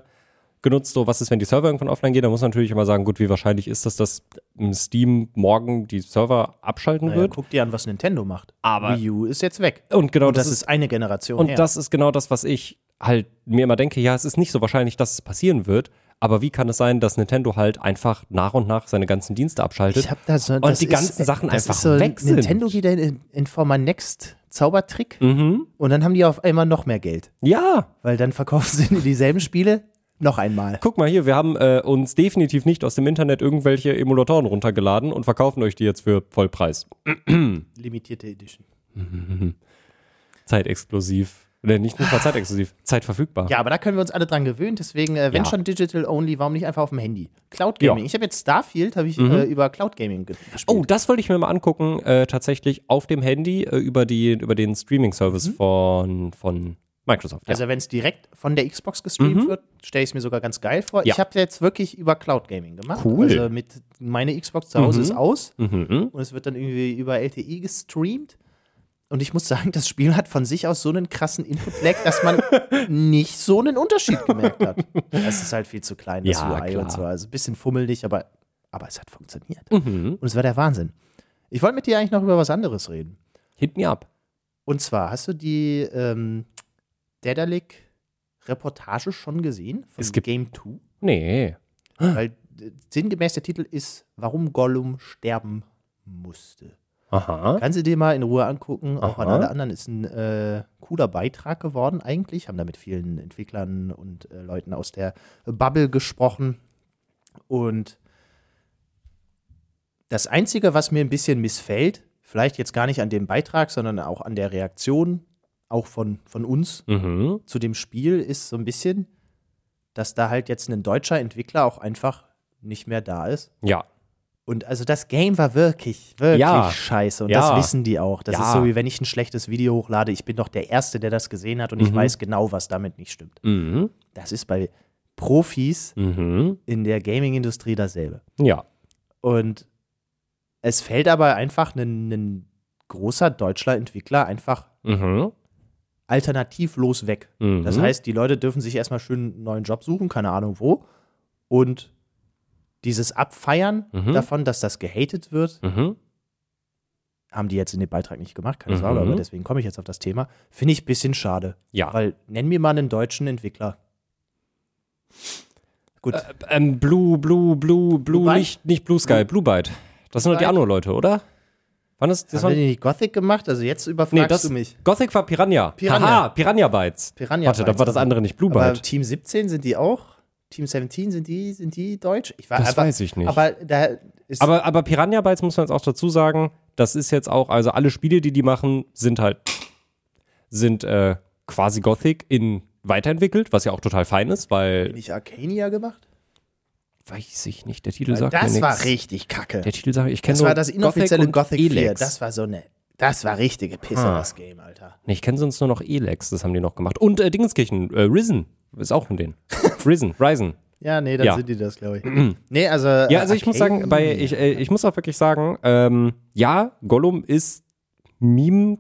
genutzt, so was ist, wenn die Server irgendwann offline gehen, da muss man natürlich immer sagen, gut, wie wahrscheinlich ist das, dass im Steam morgen die Server abschalten Naja, wird. guck dir an, was Nintendo macht. Aber- Wii U ist jetzt weg. Und genau Und das, das ist eine Generation Und her. das ist genau das, was ich halt mir immer denke, ja, es ist nicht so wahrscheinlich, dass es passieren wird, aber wie kann es sein, dass Nintendo halt einfach nach und nach seine ganzen Dienste abschaltet? ich hab da so, Und das die ganzen ist, äh, Sachen das einfach ist so weg sind. Nintendo wieder in, in Form Next Zaubertrick. mhm. Und dann haben die auf einmal noch mehr Geld. Ja, Weil dann verkaufen sie dieselben Spiele noch einmal. guck mal hier, wir haben äh, uns definitiv nicht aus dem Internet irgendwelche Emulatoren runtergeladen und verkaufen euch die jetzt für Vollpreis. Limitierte Edition. Zeitexklusiv. Oder nicht nur zeitexklusiv, zeitverfügbar. Ja, aber da können wir uns alle dran gewöhnen. Deswegen, äh, Ja. wenn schon Digital Only, warum nicht einfach auf dem Handy? Cloud Gaming. Ja. Mhm. Ich habe jetzt Starfield, habe ich äh, über Cloud Gaming ge gespielt. Oh, das wollte ich mir mal angucken, äh, tatsächlich auf dem Handy äh, über, die, über den Streaming-Service von, von Microsoft. Ja. Mhm. Mhm. Also wenn es direkt von der Xbox gestreamt wird, stelle ich es mir sogar ganz geil vor. Ja. Ich habe jetzt wirklich über Cloud Gaming gemacht. Cool. Also mit meine Xbox zu Hause ist aus Mhm. und es wird dann irgendwie über LTE gestreamt. Und ich muss sagen, das Spiel hat von sich aus so einen krassen Input-Lag, dass man nicht so einen Unterschied gemerkt hat. Es ist halt viel zu klein, das Ja, UI klar. und so. Also ein bisschen fummelig, aber, aber es hat funktioniert. Mhm. Und es war der Wahnsinn. Ich wollte mit dir eigentlich noch über was anderes reden. Hit me up. Und zwar, hast du die ähm, Dedalic-Reportage schon gesehen? Von Es gibt- Ah. Game 2? Nee. Weil äh, sinngemäß der Titel ist, warum Gollum sterben musste. Aha. Kannst du dir mal in Ruhe angucken, auch an Ne? Aha. alle anderen. Ist ein äh, cooler Beitrag geworden eigentlich. Haben da mit vielen Entwicklern und äh, Leuten aus der Bubble gesprochen. Und das Einzige, was mir ein bisschen missfällt, vielleicht jetzt gar nicht an dem Beitrag, sondern auch an der Reaktion, auch von, von uns Mhm. zu dem Spiel ist so ein bisschen, dass da halt jetzt ein deutscher Entwickler auch einfach nicht mehr da ist. Ja. Und also das Game war wirklich, wirklich Ja. scheiße. Und Ja. das wissen die auch. Das Ja. ist so, wie wenn ich ein schlechtes Video hochlade. Ich bin doch der Erste, der das gesehen hat und ich weiß genau, was damit nicht stimmt. Mhm. Das ist bei Profis Mhm. in der Gaming-Industrie dasselbe. Ja. Und es fällt aber einfach ein, ein großer deutscher Entwickler einfach Mhm. alternativlos weg. Mhm. Das heißt, die Leute dürfen sich erstmal schön einen neuen Job suchen, keine Ahnung wo. Und dieses Abfeiern Mhm. davon, dass das gehatet wird, Mhm. haben die jetzt in dem Beitrag nicht gemacht, keine Mhm. Sorge, aber deswegen komme ich jetzt auf das Thema. Finde ich ein bisschen schade. Ja. Weil nenn mir mal einen deutschen Entwickler. Gut. Ähm, Blue, Blue, Blue, Blue, Byte? Hm. nicht, nicht Blue Sky, Blue Byte. Das sind doch die Byte? anderen Leute, oder? Wann ist das? haben wir Waren, die nicht Gothic gemacht? Also jetzt überfragst nee, das, du mich. Gothic war Piranha. Piranha. Haha, Piranha Bytes. Piranha Warte, dann Bytes war das oder- andere nicht Blue Aber Byte. Team 17 sind die auch? Team 17 sind die, sind die deutsch? Ich war, Das aber, weiß ich nicht. Aber da ist Aber, aber Piranha Bytes muss man jetzt auch dazu sagen, das ist jetzt auch, also alle Spiele, die die machen, sind halt, sind äh, quasi Gothic in weiterentwickelt, was ja auch total fein ist, weil, nicht Arcania gemacht? weiß ich nicht, der Titel sagt mir das nichts. war richtig kacke. Der Titel sagt, ich kenne Das nur war das inoffizielle Gothic, Gothic, und 4. Elex. Das war so eine. Das war richtige Pisse, Ah. das Game, Alter. Nee, ich kenne sonst nur noch Elex, das haben die noch gemacht. Und äh, Dingenskirchen, äh, Risen ist auch von denen. Risen, Risen. Ja, nee, dann Ja. Mhm. sind die das, glaube ich. nee, also. äh, Ja, also ich muss Arcane- sagen, bei, ich, äh, ich muss auch wirklich sagen, ähm, ja, Gollum ist Meme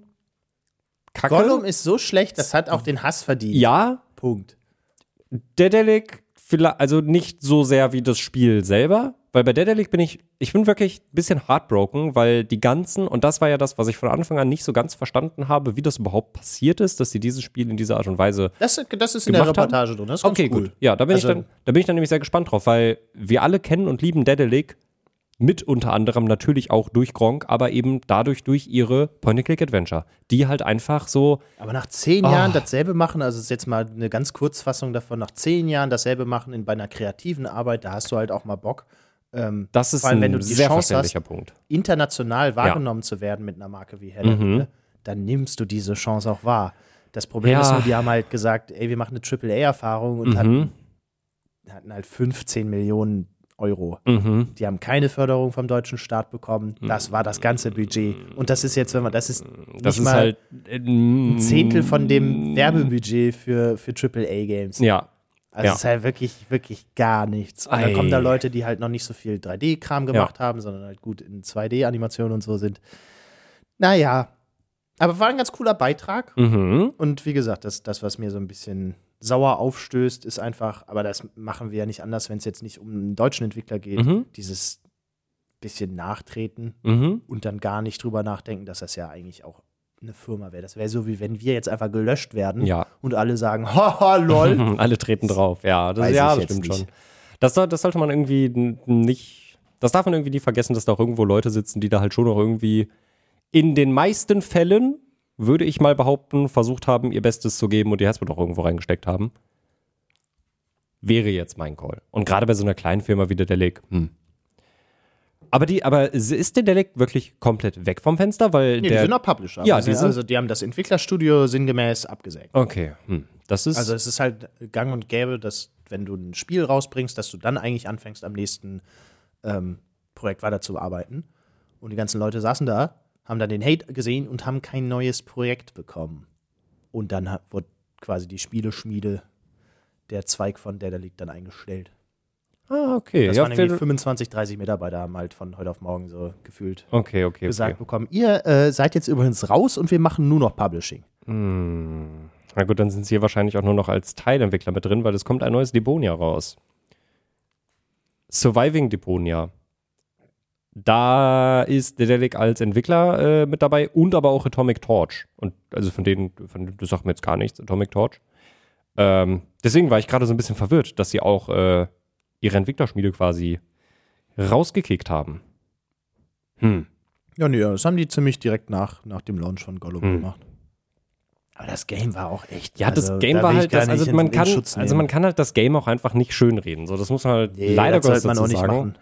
Kacke. Gollum ist so schlecht, das hat auch den Hass verdient. ja, Punkt. Dedelic, vielleicht, also nicht so sehr wie das Spiel selber, weil bei Dedelic bin ich, ich bin wirklich ein bisschen heartbroken, weil die ganzen, und das war ja das, was ich von Anfang an nicht so ganz verstanden habe, wie das überhaupt passiert ist, dass sie dieses Spiel in dieser Art und Weise Das, das ist in Gemacht der haben? Reportage drin. Das ist ganz Okay, cool. gut. Ja, da bin, ich Also- dann, da bin ich dann nämlich sehr gespannt drauf, weil wir alle kennen und lieben Dedelic mit unter anderem natürlich auch durch Gronk, aber eben dadurch durch ihre Point-and-Click-Adventure, die halt einfach so, Aber nach zehn Jahren Ah. dasselbe machen, also ist jetzt mal eine ganz Kurzfassung davon, nach zehn Jahren dasselbe machen in, bei einer kreativen Arbeit, da hast du halt auch mal Bock, ähm, das ist Vor allem, ein wenn du die sehr Chance verständlicher Punkt. international wahrgenommen zu werden mit einer Marke wie Helen, Mhm. ne, dann nimmst du diese Chance auch wahr. Das Problem Ja. Mhm. ist nur, die haben halt gesagt, ey, wir machen eine AAA-Erfahrung und hatten, hatten halt 15 Millionen Euro. Mhm. Die haben keine Förderung vom deutschen Staat bekommen. Das war das ganze Budget. Und das ist jetzt, wenn man, das ist nicht Das ist mal halt äh, ein ein Zehntel von dem Werbebudget für, für AAA-Games. Ja. Also Ja. es ist halt wirklich, wirklich gar nichts. Und dann Ei. kommen da Leute, die halt noch nicht so viel 3D-Kram gemacht haben, sondern halt gut in 2D-Animationen und so sind. Naja, aber war ein ganz cooler Beitrag. Mhm. Und wie gesagt, das, das was mir so ein bisschen sauer aufstößt, ist einfach, aber das machen wir ja nicht anders, wenn es jetzt nicht um einen deutschen Entwickler geht, Mhm. dieses bisschen nachtreten Mhm. und dann gar nicht drüber nachdenken, dass das ja eigentlich auch eine Firma wäre. Das wäre so, wie wenn wir jetzt einfach gelöscht werden Ja. und alle sagen, haha, lol. Alle treten drauf. Ja, das, Weiß ja, ich das jetzt stimmt nicht. schon. Das, soll- das sollte man irgendwie n- nicht. Das darf man irgendwie nie vergessen, dass da auch irgendwo Leute sitzen, die da halt schon noch irgendwie in den meisten Fällen, würde ich mal behaupten, versucht haben, ihr Bestes zu geben und ihr Herzblut auch irgendwo reingesteckt haben. Wäre jetzt mein Call. Und gerade bei so einer kleinen Firma wie der Delic, hm. Aber, die, aber ist der Delic wirklich komplett weg vom Fenster? Weil Nee, die der, sind auch Publisher. Ja, Also, die sind- also die haben das Entwicklerstudio sinngemäß abgesägt. Okay, hm. das ist. Also es ist halt gang und gäbe, dass wenn du ein Spiel rausbringst, dass du dann eigentlich anfängst, am nächsten ähm, Projekt weiterzuarbeiten. Und die ganzen Leute saßen da, haben dann den Hate gesehen und haben kein neues Projekt bekommen. Und dann hat, wurde quasi die Spieleschmiede, der Zweig von der da liegt, dann eingestellt. ah, okay. Das ja, waren irgendwie vielleicht- 25, 30 Mitarbeiter, haben halt von heute auf morgen so gefühlt okay, okay. gesagt okay. bekommen, ihr äh, seid jetzt übrigens raus und wir machen nur noch Publishing. Hm. Na gut, dann sind sie hier wahrscheinlich auch nur noch als Teilentwickler mit drin, weil es kommt ein neues Deponia raus. Surviving Deponia. Da ist Dedelic als Entwickler äh, mit dabei und aber auch Atomic Torch. Und also von denen, von, das sagt mir jetzt gar nichts, Atomic Torch. Ähm, deswegen war ich gerade so ein bisschen verwirrt, dass sie auch äh, ihre Entwicklerschmiede quasi rausgekickt haben. Hm. Ja, nee, das haben die ziemlich direkt nach, nach dem Launch von Gollum Hm. gemacht. Aber das Game war auch echt. Ja, das also, Game da war will ich halt, gar das, nicht also in- man in kann, Schutz also man nehmen. kann halt das Game auch einfach nicht schönreden. So, das muss man halt Nee, leider das Gottes sollte man dazu auch nicht sagen. machen.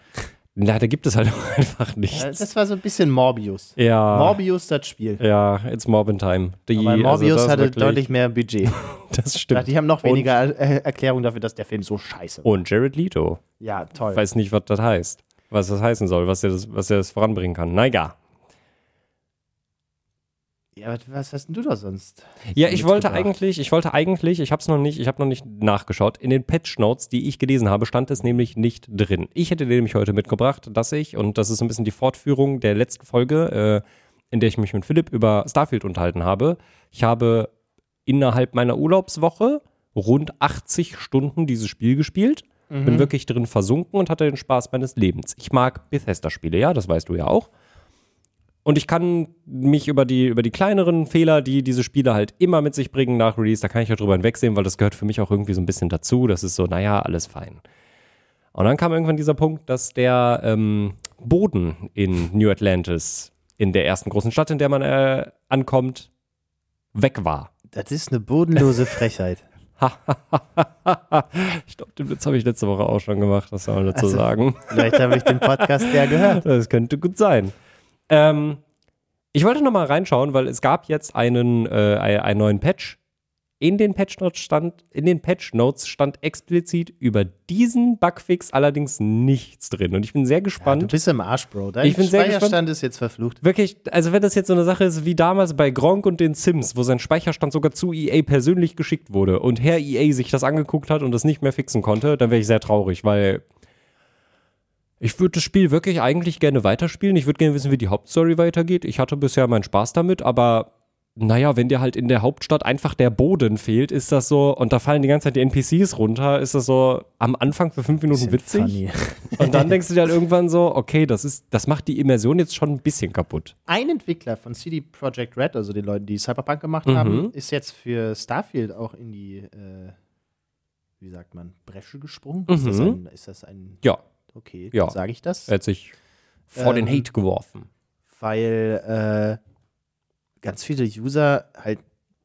Leider gibt es halt auch einfach Ja, nichts. Das war so ein bisschen Morbius. Ja, Morbius, das Spiel. ja, it's Morbin Time. Die, Aber Morbius also das hatte wirklich- deutlich mehr Budget. Das stimmt. Die haben noch weniger äh, Erklärung dafür, dass der Film so scheiße war. Und Jared Leto. Ja, toll. Ich weiß nicht, was das heißt. Was das heißen soll, was er das, was er das voranbringen kann. Na egal. Ja, aber was hast denn du da sonst? Ja, ich wollte mitgebracht. eigentlich, ich wollte eigentlich, ich habe es noch nicht, ich habe noch nicht nachgeschaut. In den Patch Notes, die ich gelesen habe, stand es nämlich nicht drin. Ich hätte den nämlich heute mitgebracht, dass ich und das ist so ein bisschen die Fortführung der letzten Folge, äh, in der ich mich mit Philipp über Starfield unterhalten habe. Ich habe innerhalb meiner Urlaubswoche rund 80 Stunden dieses Spiel gespielt. Bin wirklich drin versunken und hatte den Spaß meines Lebens. Ich mag Bethesda-Spiele, ja, das weißt du ja auch. Und ich kann mich über die, über die kleineren Fehler, die diese Spiele halt immer mit sich bringen nach Release, da kann ich ja drüber hinwegsehen, weil das gehört für mich auch irgendwie so ein bisschen dazu. Das ist so, naja, alles fein. Und dann kam irgendwann dieser Punkt, dass der ähm, Boden in New Atlantis, in der ersten großen Stadt, in der man äh, ankommt, weg war. Das ist eine bodenlose Frechheit. Ich glaube, den Witz habe ich letzte Woche auch schon gemacht, das soll man dazu Also- sagen. Vielleicht habe ich den Podcast ja gehört. Das könnte gut sein. Ähm, ich wollte noch mal reinschauen, weil es gab jetzt einen, äh, ein- einen neuen Patch. In den Patch Notes stand, in den Patch Notes stand explizit über diesen Bugfix allerdings nichts drin. Und ich bin sehr Ja, du gespannt. bist im Arsch, Bro. Dein Ich bin sehr gespannt. Speicherstand ist jetzt verflucht. Wirklich, also wenn das jetzt so eine Sache ist wie damals bei Gronk und den Sims, wo sein Speicherstand sogar zu EA persönlich geschickt wurde und Herr EA sich das angeguckt hat und das nicht mehr fixen konnte, dann wäre ich sehr traurig, weil ich würde das Spiel wirklich eigentlich gerne weiterspielen. Ich würde gerne wissen, wie die Hauptstory weitergeht. Ich hatte bisher meinen Spaß damit, aber naja, wenn dir halt in der Hauptstadt einfach der Boden fehlt, ist das so, und da fallen die ganze Zeit die NPCs runter, ist das so am Anfang für fünf Minuten witzig. Funny. Und dann denkst du dir halt irgendwann so, okay, das ist, das macht die Immersion jetzt schon ein bisschen kaputt. ein Entwickler von CD Projekt Red, also den Leuten, die Cyberpunk gemacht Mhm. haben, ist jetzt für Starfield auch in die, äh, wie sagt man, Bresche gesprungen. Ist, das Mhm. ein, ist das ein, Ja, okay, Ja. sage ich das? er hat sich vor Ähm, den Hate geworfen. Weil äh, ganz viele User halt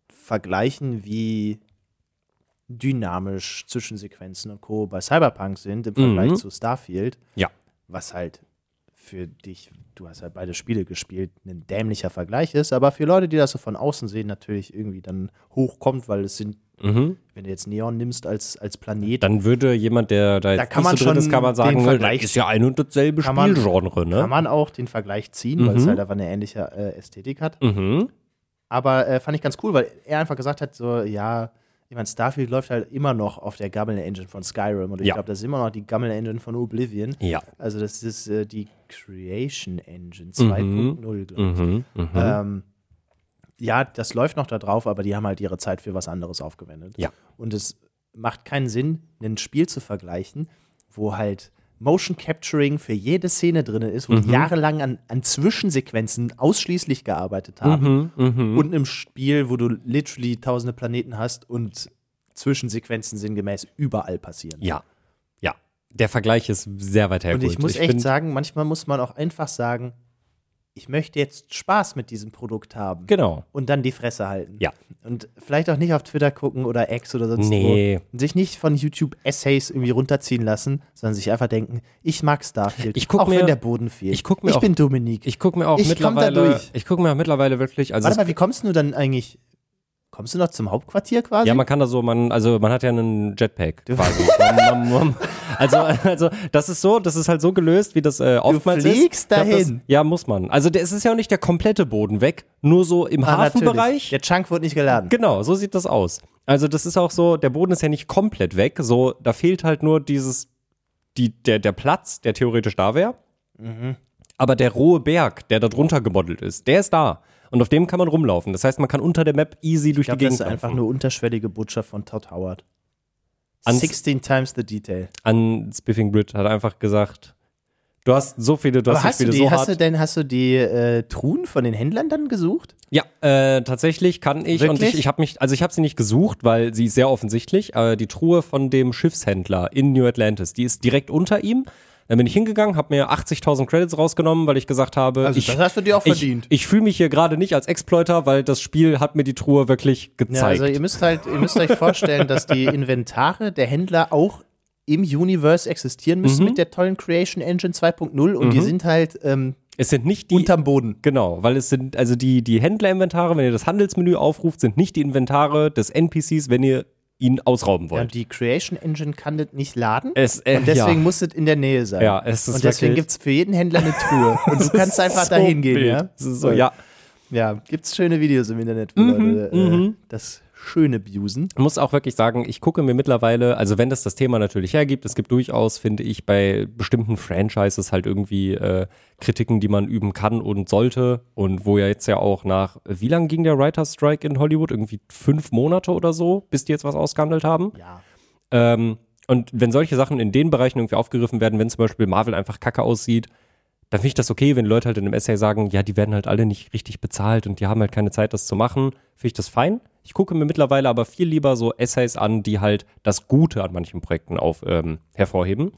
vergleichen, wie dynamisch Zwischensequenzen und Co. bei Cyberpunk sind im Vergleich Mhm. zu Starfield. Ja. Was halt für dich, du hast halt beide Spiele gespielt, ein dämlicher Vergleich ist, aber für Leute, die das so von außen sehen, natürlich irgendwie dann hochkommt, weil es sind, wenn du jetzt Neon nimmst als, als Planet, Dann würde jemand, der da jetzt Da kann nicht so man drin ist, schon kann man den sagen, Vergleich- das ist ja ein und dasselbe Kann man- Spielgenre, ne? kann man auch den Vergleich ziehen, weil es halt einfach eine ähnliche äh, Ästhetik hat. Mhm. Aber äh, fand ich ganz cool, weil er einfach gesagt hat, so, ja, ich meine, Starfield läuft halt immer noch auf der Gammel-Engine von Skyrim und ich Ja. glaube, das ist immer noch die Gammel-Engine von Oblivion. Ja. Also das ist äh, die Creation Engine 2.0, glaube ich. Mhm. Mhm. Ähm, ja, das läuft noch da drauf, aber die haben halt ihre Zeit für was anderes aufgewendet. Ja. Und es macht keinen Sinn, ein Spiel zu vergleichen, wo halt Motion Capturing für jede Szene drin ist, wo Mhm. die jahrelang an, an Zwischensequenzen ausschließlich gearbeitet Mhm. haben Hm? und im Spiel, wo du literally tausende Planeten hast und Zwischensequenzen sinngemäß überall passieren. Ja. Ja. Der Vergleich ist sehr weit Und hergeholt. ich muss echt find- sagen, manchmal muss man auch einfach sagen, ich möchte jetzt Spaß mit diesem Produkt haben. Genau. Und dann die Fresse halten. Ja. Und vielleicht auch nicht auf Twitter gucken oder X oder sonst Nee. wo. Und sich nicht von YouTube-Essays irgendwie runterziehen lassen, sondern sich einfach denken, ich mag Starfield. Ich guck auch mir- wenn der Boden fehlt. ich guck mir ich auch- bin Dominik. Ich gucke mir auch Ich komm da mittlerweile. durch. Ich gucke mir auch mittlerweile wirklich. Also Warte es- mal, wie kommst du dann eigentlich? Kommst du noch zum Hauptquartier quasi? ja, man kann da so, man, also man hat ja einen Jetpack quasi. Man- man- man- also, also das ist so, das ist halt so gelöst, wie das äh, oftmals ist. fliegst Ich glaub, dahin. Das, ja, muss man. Also der, es ist ja auch nicht der komplette Boden weg, nur so im Ah, natürlich. Hafenbereich. Der Chunk wurde nicht geladen. Genau, so sieht das aus. Also das ist auch so, der Boden ist ja nicht komplett weg, so da fehlt halt nur dieses, die, der, der Platz, der theoretisch da wäre. Mhm. Aber der rohe Berg, der da drunter gemodelt ist, der ist da. Und auf dem kann man rumlaufen. Das heißt, man kann unter der Map easy durch Ich glaube, die das Gegend ist einfach laufen. eine unterschwellige Botschaft von Todd Howard. Ans- 16 times the detail. An Spiffing Bridge hat er einfach gesagt, du hast so viele, du Aber hast hast die du, Spiele die, so hast du hart. denn, hast du die äh, Truhen von den Händlern dann gesucht? Ja, äh, tatsächlich kann ich und Wirklich? ich, ich habe mich, also ich habe sie nicht gesucht, weil sie ist sehr offensichtlich. Äh, die Truhe von dem Schiffshändler in New Atlantis, die ist direkt unter ihm. Dann bin ich hingegangen, habe mir 80.000 Credits rausgenommen, weil ich gesagt habe, ich, Also hast du dir auch ich, ich fühle mich hier gerade nicht als Exploiter, weil das Spiel hat mir die Truhe wirklich gezeigt. ja, also ihr müsst halt, ihr müsst euch vorstellen, dass die Inventare der Händler auch im Universe existieren müssen mit der tollen Creation Engine 2.0 und die sind halt ähm, es sind nicht die unterm Boden. Genau, weil es sind, also die, die Händlerinventare, wenn ihr das Handelsmenü aufruft, sind nicht die Inventare des NPCs, wenn ihr ihn ausrauben Ja, wollt. die Creation Engine kann das nicht laden. es, äh, und deswegen muss es in der Nähe sein. Ja, es ist und deswegen wirklich- gibt es für jeden Händler eine Truhe. Und du kannst einfach so dahin gehen. wild. Ja? Das ist so, ja. Mhm, Ja, gibt's schöne Videos im Internet, wo Leute äh, das schöne Busen. Ich muss auch wirklich sagen, ich gucke mir mittlerweile, also wenn das das Thema natürlich hergibt, es gibt durchaus, finde ich, bei bestimmten Franchises halt irgendwie äh, Kritiken, die man üben kann und sollte. Und wo ja jetzt ja auch nach, wie lang ging der Writer's Strike in Hollywood? Irgendwie fünf Monate oder so, bis die jetzt was ausgehandelt haben. Ja. Ähm, und wenn solche Sachen in den Bereichen irgendwie aufgegriffen werden, wenn zum Beispiel Marvel einfach kacke aussieht, dann finde ich das okay, wenn Leute halt in einem Essay sagen, ja, die werden halt alle nicht richtig bezahlt und die haben halt keine Zeit, das zu machen. Finde ich das fein. Ich gucke mir mittlerweile aber viel lieber so Essays an, die halt das Gute an manchen Projekten auf, ähm, hervorheben.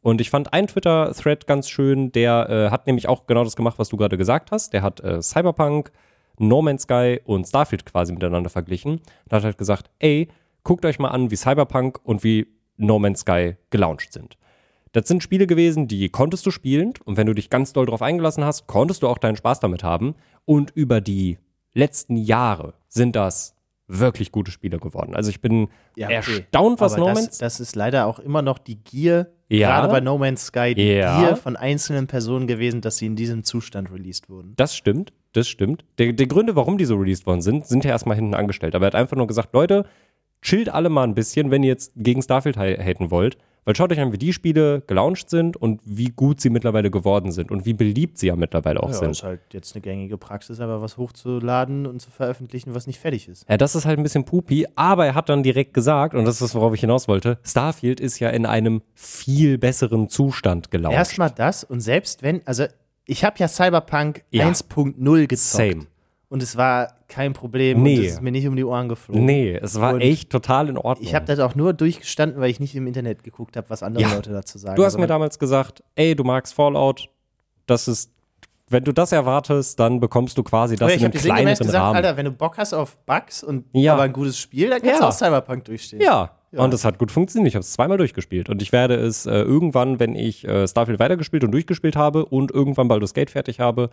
Und ich fand einen Twitter-Thread ganz schön, der äh, hat nämlich auch genau das gemacht, was du gerade gesagt hast. Der hat äh, Cyberpunk, No Man's Sky und Starfield quasi miteinander verglichen und hat halt gesagt, ey, guckt euch mal an, wie Cyberpunk und wie No Man's Sky gelauncht sind. Das sind Spiele gewesen, die konntest du spielen und wenn du dich ganz doll drauf eingelassen hast, konntest du auch deinen Spaß damit haben. Und über die letzten Jahre sind das wirklich gute Spiele geworden. Also ich bin Ja, okay. erstaunt, was Aber No das, Man's das ist leider auch immer noch die Gier, Ja. gerade bei No Man's Sky, die Ja. Gier von einzelnen Personen gewesen, dass sie in diesem Zustand released wurden. Das stimmt, das stimmt. Der, die Gründe, warum die so released worden sind, sind ja erstmal hinten angestellt. Aber er hat einfach nur gesagt, Leute, chillt alle mal ein bisschen, wenn ihr jetzt gegen Starfield ha- haten wollt. Weil schaut euch an, wie die Spiele gelauncht sind und wie gut sie mittlerweile geworden sind und wie beliebt sie ja mittlerweile auch Ja, sind. ist halt jetzt eine gängige Praxis, aber was hochzuladen und zu veröffentlichen, was nicht fertig ist. Ja, das ist halt ein bisschen pupi, aber er hat dann direkt gesagt, und das ist, worauf ich hinaus wollte, Starfield ist ja in einem viel besseren Zustand gelauncht. Erstmal das und selbst wenn, also ich habe ja Cyberpunk Ja. 1.0 gezockt. Same. Und es war kein Problem und Nee. es ist mir nicht um die Ohren geflogen. Nee, es war Und echt total in Ordnung. Ich habe das auch nur durchgestanden, weil ich nicht im Internet geguckt habe, was andere Ja. Leute dazu sagen. Du hast Also mir damals gesagt, ey, du magst Fallout, das ist, wenn du das erwartest, dann bekommst du quasi das Oder in ich einem habe dir kleineren gesagt, Rahmen. Alter, wenn du Bock hast auf Bugs und Ja. aber ein gutes Spiel, dann Ja. kannst du auch Cyberpunk durchstehen. ja. und es hat gut funktioniert. Ich habe es zweimal durchgespielt und ich werde es äh, irgendwann, wenn ich äh, Starfield weitergespielt und durchgespielt habe und irgendwann Baldur's Gate fertig habe,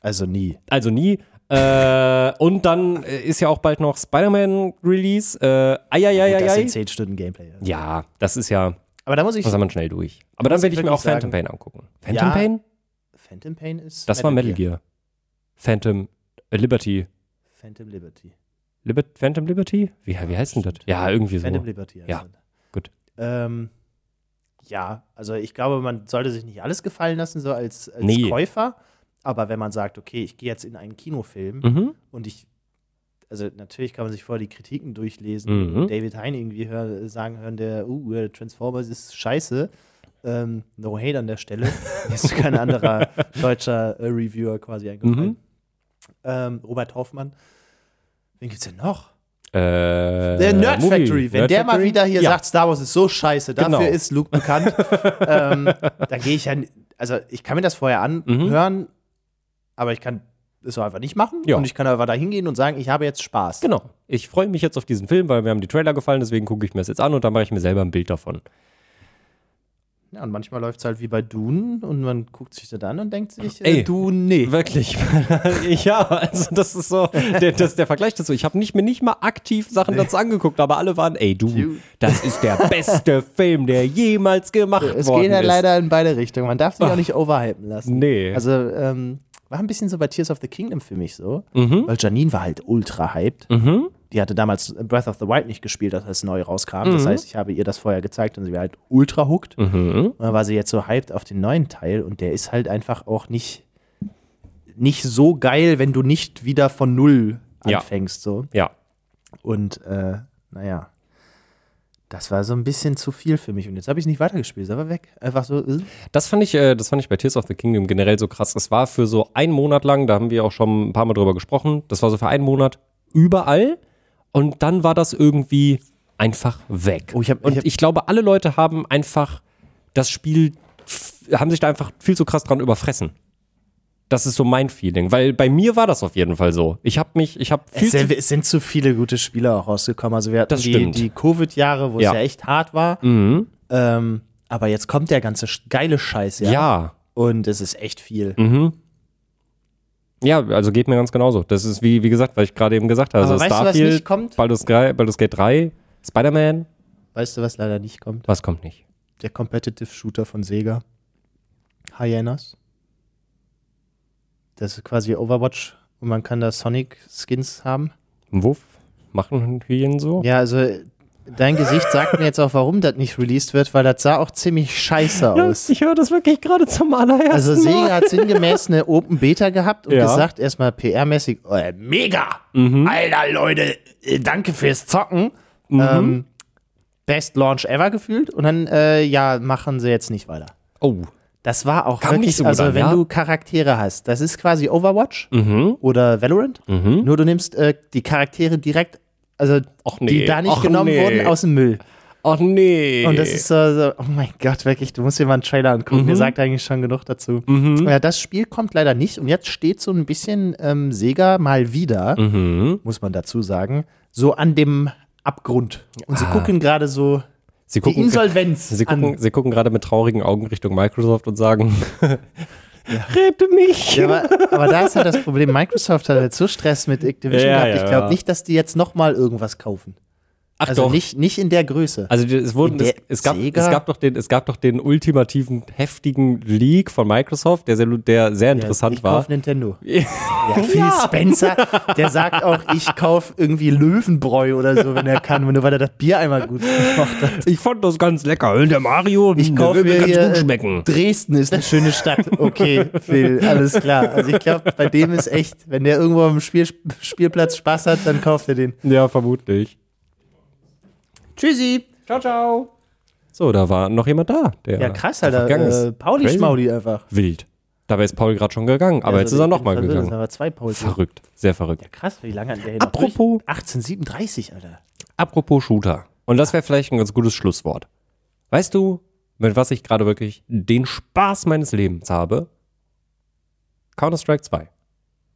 Also nie. also nie. Äh, und dann äh, ist ja auch bald noch Spider-Man Release. Äh, ai, ai, ai, Das ai, ai. sind 10 Stunden Gameplay. Ja, Also das ist ja, Aber da muss ich. das hat man schnell durch. Aber dann muss werde ich ich mir auch wirklich sagen- Phantom Pain angucken. Phantom Ja. Pain? Phantom Pain ist. Das war Metal Gear. Phantom äh, Liberty. Phantom Liberty. Liber Phantom Liberty? Wie, wie heißt denn das? Ja, irgendwie so. Phantom Liberty. also. Ja, gut. Ähm, ja, also ich glaube, man sollte sich nicht alles gefallen lassen, so als, als Nee. Käufer. Aber wenn man sagt, okay, ich gehe jetzt in einen Kinofilm Mhm. und ich also natürlich kann man sich vorher die Kritiken durchlesen, Mhm. und David Hein irgendwie hör, sagen hören, der, uh, Transformers ist scheiße. Ähm, no hate an der Stelle. Mir ist kein anderer deutscher äh, Reviewer quasi eingefallen. Mhm. Ähm, Robert Hoffmann. Wen gibt's denn noch? Äh, Der Nerd Movie. Factory, wenn Nerd der mal Factory? wieder hier ja. sagt, Star Wars ist so scheiße, dafür Genau. ist Luke bekannt, ähm, dann gehe ich ja, also ich kann mir das vorher anhören, aber ich kann es auch einfach nicht machen Mhm. Ja. und ich kann einfach da hingehen und sagen, ich habe jetzt Spaß. Genau. Ich freue mich jetzt auf diesen Film, weil mir haben die Trailer gefallen, deswegen gucke ich mir das jetzt an und dann mache ich mir selber ein Bild davon. Ja, und manchmal läuft es halt wie bei Dune und man guckt sich das an und denkt sich, äh, Ey. Dune, nee. Wirklich. ja, also das ist so, der, das, der Vergleich dazu. Ich habe nicht, mir nicht mal aktiv Sachen dazu angeguckt, aber alle waren, ey du, das ist der beste Film, der jemals gemacht Es worden geht ja ist. leider in beide Richtungen. Man darf sich auch nicht overhypen lassen. Nee. Also, ähm, war ein bisschen so bei Tears of the Kingdom für mich so, Mhm. weil Janine war halt ultra hyped. Mhm. Die hatte damals Breath of the Wild nicht gespielt, als es neu rauskam. Das heißt, ich habe ihr das vorher gezeigt und sie war halt ultra hooked. Mhm. Und dann war sie jetzt so hyped auf den neuen Teil und der ist halt einfach auch nicht, nicht so geil, wenn du nicht wieder von null Ja. anfängst. So. Ja. Und äh, naja. Das war so ein bisschen zu viel für mich. Und jetzt habe ich nicht weitergespielt. Es war weg. Einfach so. Äh. Das fand ich, äh, das fand ich bei Tears of the Kingdom generell so krass. Es war für so einen Monat lang, da haben wir auch schon ein paar Mal drüber gesprochen, das war so für einen Monat überall und dann war das irgendwie einfach weg. Oh, ich hab- ich und hab- ich glaube, alle Leute haben einfach das Spiel, f- haben sich da einfach viel zu krass dran überfressen. Das ist so mein Feeling, weil bei mir war das auf jeden Fall so. Ich habe mich, ich habe viel Es, zu, sind, es sind zu viele gute Spieler auch rausgekommen. Also wir hatten Das die, stimmt. die Covid-Jahre, wo Ja. es ja echt hart war. mhm. Ähm, aber jetzt kommt der ganze sch- geile Scheiß, ja. ja. mhm. Und es ist echt viel. Ja, also geht mir ganz genauso. Das ist wie, wie gesagt, was ich gerade eben gesagt habe. Aber Also weißt du, was Starfield, nicht kommt? Baldur's, Gate- Baldur's Gate 3, Spider-Man, Weißt du, was leider nicht kommt? was kommt nicht? Der Competitive Shooter von Sega. Hyenas. Das ist quasi Overwatch und man kann da Sonic-Skins haben. Wuff machen Hyänen so? Ja, also äh, dein Gesicht sagt mir jetzt auch, warum das nicht released wird, weil das sah auch ziemlich scheiße aus. ich höre das wirklich gerade zum allerersten Also Sega hat sinngemäß eine Open Beta gehabt und Ja. Mhm. gesagt, erstmal PR-mäßig, oh, äh, mega! Alter Leute, äh, danke fürs Zocken. Ähm, best Launch ever gefühlt. Und dann, äh, ja, machen sie jetzt nicht weiter. Oh. Das war auch Kam wirklich, nicht so gut also an, wenn ja? du Charaktere hast, das ist quasi Overwatch Mhm. oder Valorant, Mhm. nur du nimmst äh, die Charaktere direkt, also die nee, da nicht ach genommen nee. wurden, aus dem Müll. Ach nee. Und das ist so, so, oh mein Gott, wirklich, du musst dir mal einen Trailer angucken, Mhm. der sagt eigentlich schon genug dazu. Ja, das Spiel kommt leider nicht und jetzt steht so ein bisschen ähm, Sega mal wieder, Mhm. muss man dazu sagen, so an dem Abgrund. Und sie gucken gerade so Sie die Ah. gucken, Insolvenz sie an. gucken, sie gucken gerade mit traurigen Augen Richtung Microsoft und sagen, rette mich. Ja, aber, aber da ist halt das Problem, Microsoft hat halt so Stress mit Activision Ja, gehabt. Ich ja, glaube ja. nicht, dass die jetzt nochmal irgendwas kaufen. Ach also nicht nicht in der Größe. Also die- es wurden In der es, es gab Sega? es gab doch den es gab doch den ultimativen heftigen Leak von Microsoft, der sehr der sehr interessant ich war. kauf Nintendo. Ja. Ja, Phil Spencer, der sagt auch, ich kauf irgendwie Löwenbräu oder so, wenn er kann, nur weil er das Bier einmal gut gemacht hat. Mhm. Ich fand das ganz lecker. Der Mario, Ich kaufe mir hier, äh, Dresden ist eine schöne Stadt. Okay, Phil, alles klar. Also ich glaube, bei dem ist echt, wenn der irgendwo am Spiel, Spielplatz Spaß hat, dann kauft er den. Ja, vermutlich. Tschüssi. Ciao, ciao. So, da war noch jemand da. Der Ja, krass, einfach Alter. gegangen ist. Äh, Pauli Crazy. Schmauli einfach. Wild. Dabei ist Paul gerade schon gegangen, aber jetzt Also, ist er ich bin nochmal verwirrt, gegangen. Das waren aber zwei Pauls. Verrückt, sehr verrückt. Ja, krass, wie lange hat der hier noch Apropos- durch? 1837, Alter. Apropos Shooter. Und das wäre vielleicht ein ganz gutes Schlusswort. Weißt du, mit was ich gerade wirklich den Spaß meines Lebens habe? Counter-Strike 2.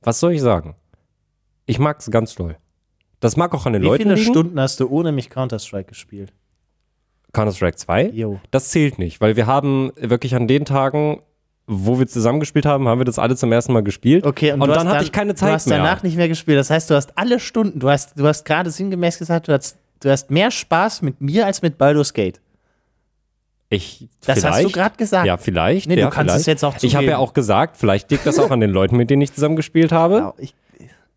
Was soll ich sagen? Ich mag's ganz doll. Das mag auch an den Wie Leuten viele liegen. Stunden hast du ohne mich Counter-Strike gespielt? Counter-Strike 2? Jo. Das zählt nicht, weil wir haben wirklich an den Tagen, wo wir zusammengespielt haben, haben wir das alle zum ersten Mal gespielt. Okay, und, und du dann hast hatte ich keine Du Zeit hast mehr. danach nicht mehr gespielt. Das heißt, du hast alle Stunden, du hast, du hast gerade sinngemäß gesagt, du hast, du hast mehr Spaß mit mir als mit Baldur's Gate. Ich, Das hast du vielleicht- grad gesagt. Ja, vielleicht. Nee, du ja, kannst vielleicht. es jetzt auch Ich habe ja zugeben. auch gesagt, vielleicht liegt das auch an den Leuten, mit denen ich zusammengespielt habe. Ja, Ich,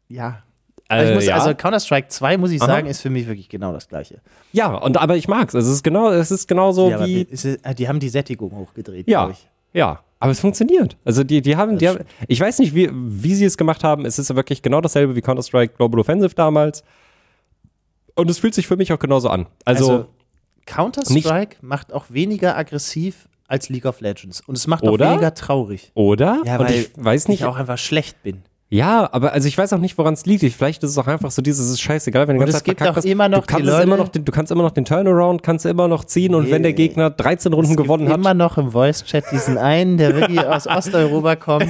ja. Äh, ich muss, ja. Genau. Also Counter-Strike 2, muss ich sagen, ist für mich wirklich genau das Gleiche. ja, und aber ich mag's. Also es ist genau, es ist genauso ja, aber wie es ist, äh, die haben die Sättigung hochgedreht, ja, glaub ich. ja. Aber es funktioniert. Also die, die haben, die haben ich weiß nicht, wie, wie sie es gemacht haben. Es ist wirklich genau dasselbe wie Counter-Strike Global Offensive damals. Und es fühlt sich für mich auch genauso an. Also, Also, Counter-Strike macht auch weniger aggressiv als League of Legends. Und es macht auch Oder? weniger traurig. oder? Und ich weiß nicht, ich auch einfach schlecht bin. Ja, aber also ich weiß auch nicht, woran es liegt. Ich, vielleicht ist es auch einfach so dieses, es ist scheißegal, wenn du die Und ganze es Zeit gibt verkackt auch hast. immer du noch kannst die es immer Leute- noch, den, du kannst immer noch den Turnaround, kannst du immer noch ziehen und wenn der Gegner 13 Runden gewonnen hat, Immer noch im Voice-Chat diesen einen, der wirklich aus Osteuropa kommt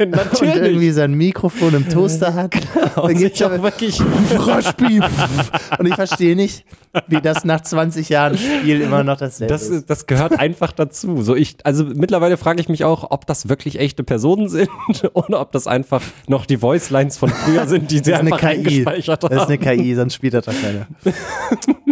und irgendwie sein Mikrofon im Toaster hat. Genau, Dann gibt's sich auch aber wirklich Froschpiep. und ich verstehe nicht, wie das nach 20 Jahren Spiel immer noch dasselbe das, ist. ist- das gehört einfach dazu. So ich, also mittlerweile frage ich mich auch, ob das wirklich echte Personen sind oder ob das einfach noch die Voicelines von früher sind, die sie Das ist einfach eine KI. Das eingespeichert ist haben. eine KI, sonst spielt das doch keiner.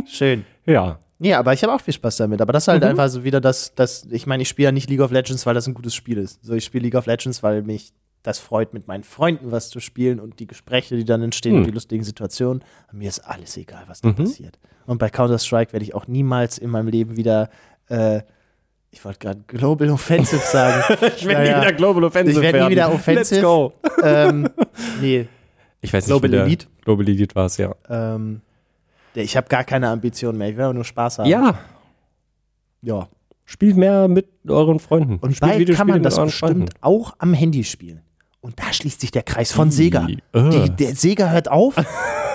Schön. Ja. Ja, aber ich habe auch viel Spaß damit. Aber das ist halt Mhm. einfach so wieder das, das ich meine, ich spiele ja nicht League of Legends, weil das ein gutes Spiel ist. So, ich spiele League of Legends, weil mich das freut, mit meinen Freunden was zu spielen und die Gespräche, die dann entstehen Hm. und die lustigen Situationen. Aber mir ist alles egal, was da Mhm. passiert. Und bei Counter-Strike werde ich auch niemals in meinem Leben wieder, äh, ich wollte gerade Global Offensive sagen. Ich werde nie wieder Global Offensive Ich werd nie werden. wieder offensive. Let's go. ähm, nee, Ich weiß nicht, Global wie der- Elite? Global Elite war es, ja. ähm, ich habe gar keine Ambitionen mehr. Ich will aber nur Spaß haben. Ja, ja. Spielt mehr mit euren Freunden. Und Spielt bald kann Videospiele man mit das euren bestimmt Freunden. auch am Handy spielen. Und da schließt sich der Kreis von Sega. äh. Die, der Sega hört auf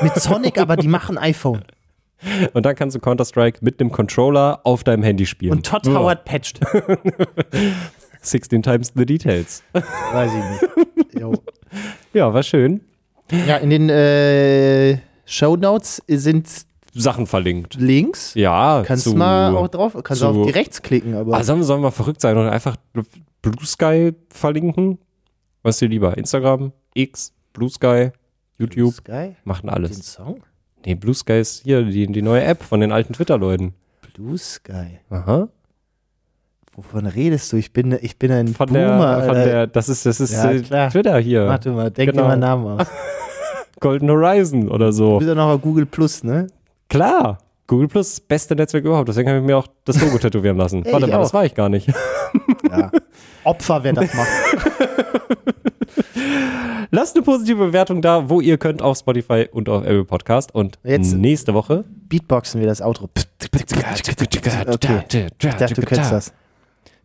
mit Sonic, aber die machen iPhone. Und dann kannst du Counter-Strike mit dem Controller auf deinem Handy spielen. Und Todd Ja. Howard patcht. 16 times the details. Weiß ich nicht. Jo. Ja, war schön. Ja, in den äh, Show Notes sind Sachen verlinkt. Links. Ja, Kannst zu, mal auch drauf, kannst zu- auf die rechts klicken, aber Ah, sollen, wir- sollen wir verrückt sein und einfach Blue Sky verlinken? Was ist dir lieber? Instagram, X, Blue Sky, YouTube? Sky? Machen Den alles. Song? Nee, Blue Sky ist hier die, die neue App von den alten Twitter-Leuten. Blue Sky. Aha. Wovon redest du? Ich bin, ich bin ein Von Boomer. der, von Alter. der, das ist, das ist Ja, äh, klar. Twitter hier. Warte mal, denk Genau. dir mal Namen aus. Golden Horizon oder so. Du bist ja noch auf Google Plus, ne? Klar. Google Plus, das beste Netzwerk überhaupt. Deswegen habe ich mir auch das Logo tätowieren lassen. Ich Warte mal, auch. das war ich gar nicht. Ja. Opfer, wer das macht. Lasst eine positive Bewertung da, wo ihr könnt, auf Spotify und auf Apple Podcast. Und Jetzt- nächste Woche. Beatboxen wir das Outro. Okay. Ich dachte, du kennst das.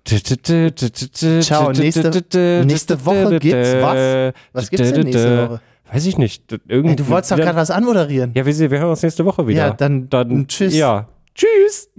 Ciao, Ciao, nächste- nächste Woche gibt's was? Was gibt's denn nächste Woche? Weiß ich nicht. Irgendwie Ey, du wolltest doch gerade was anmoderieren. Ja, wir, se- wir hören uns nächste Woche wieder. Ja, dann- tschüss. Ja, tschüss.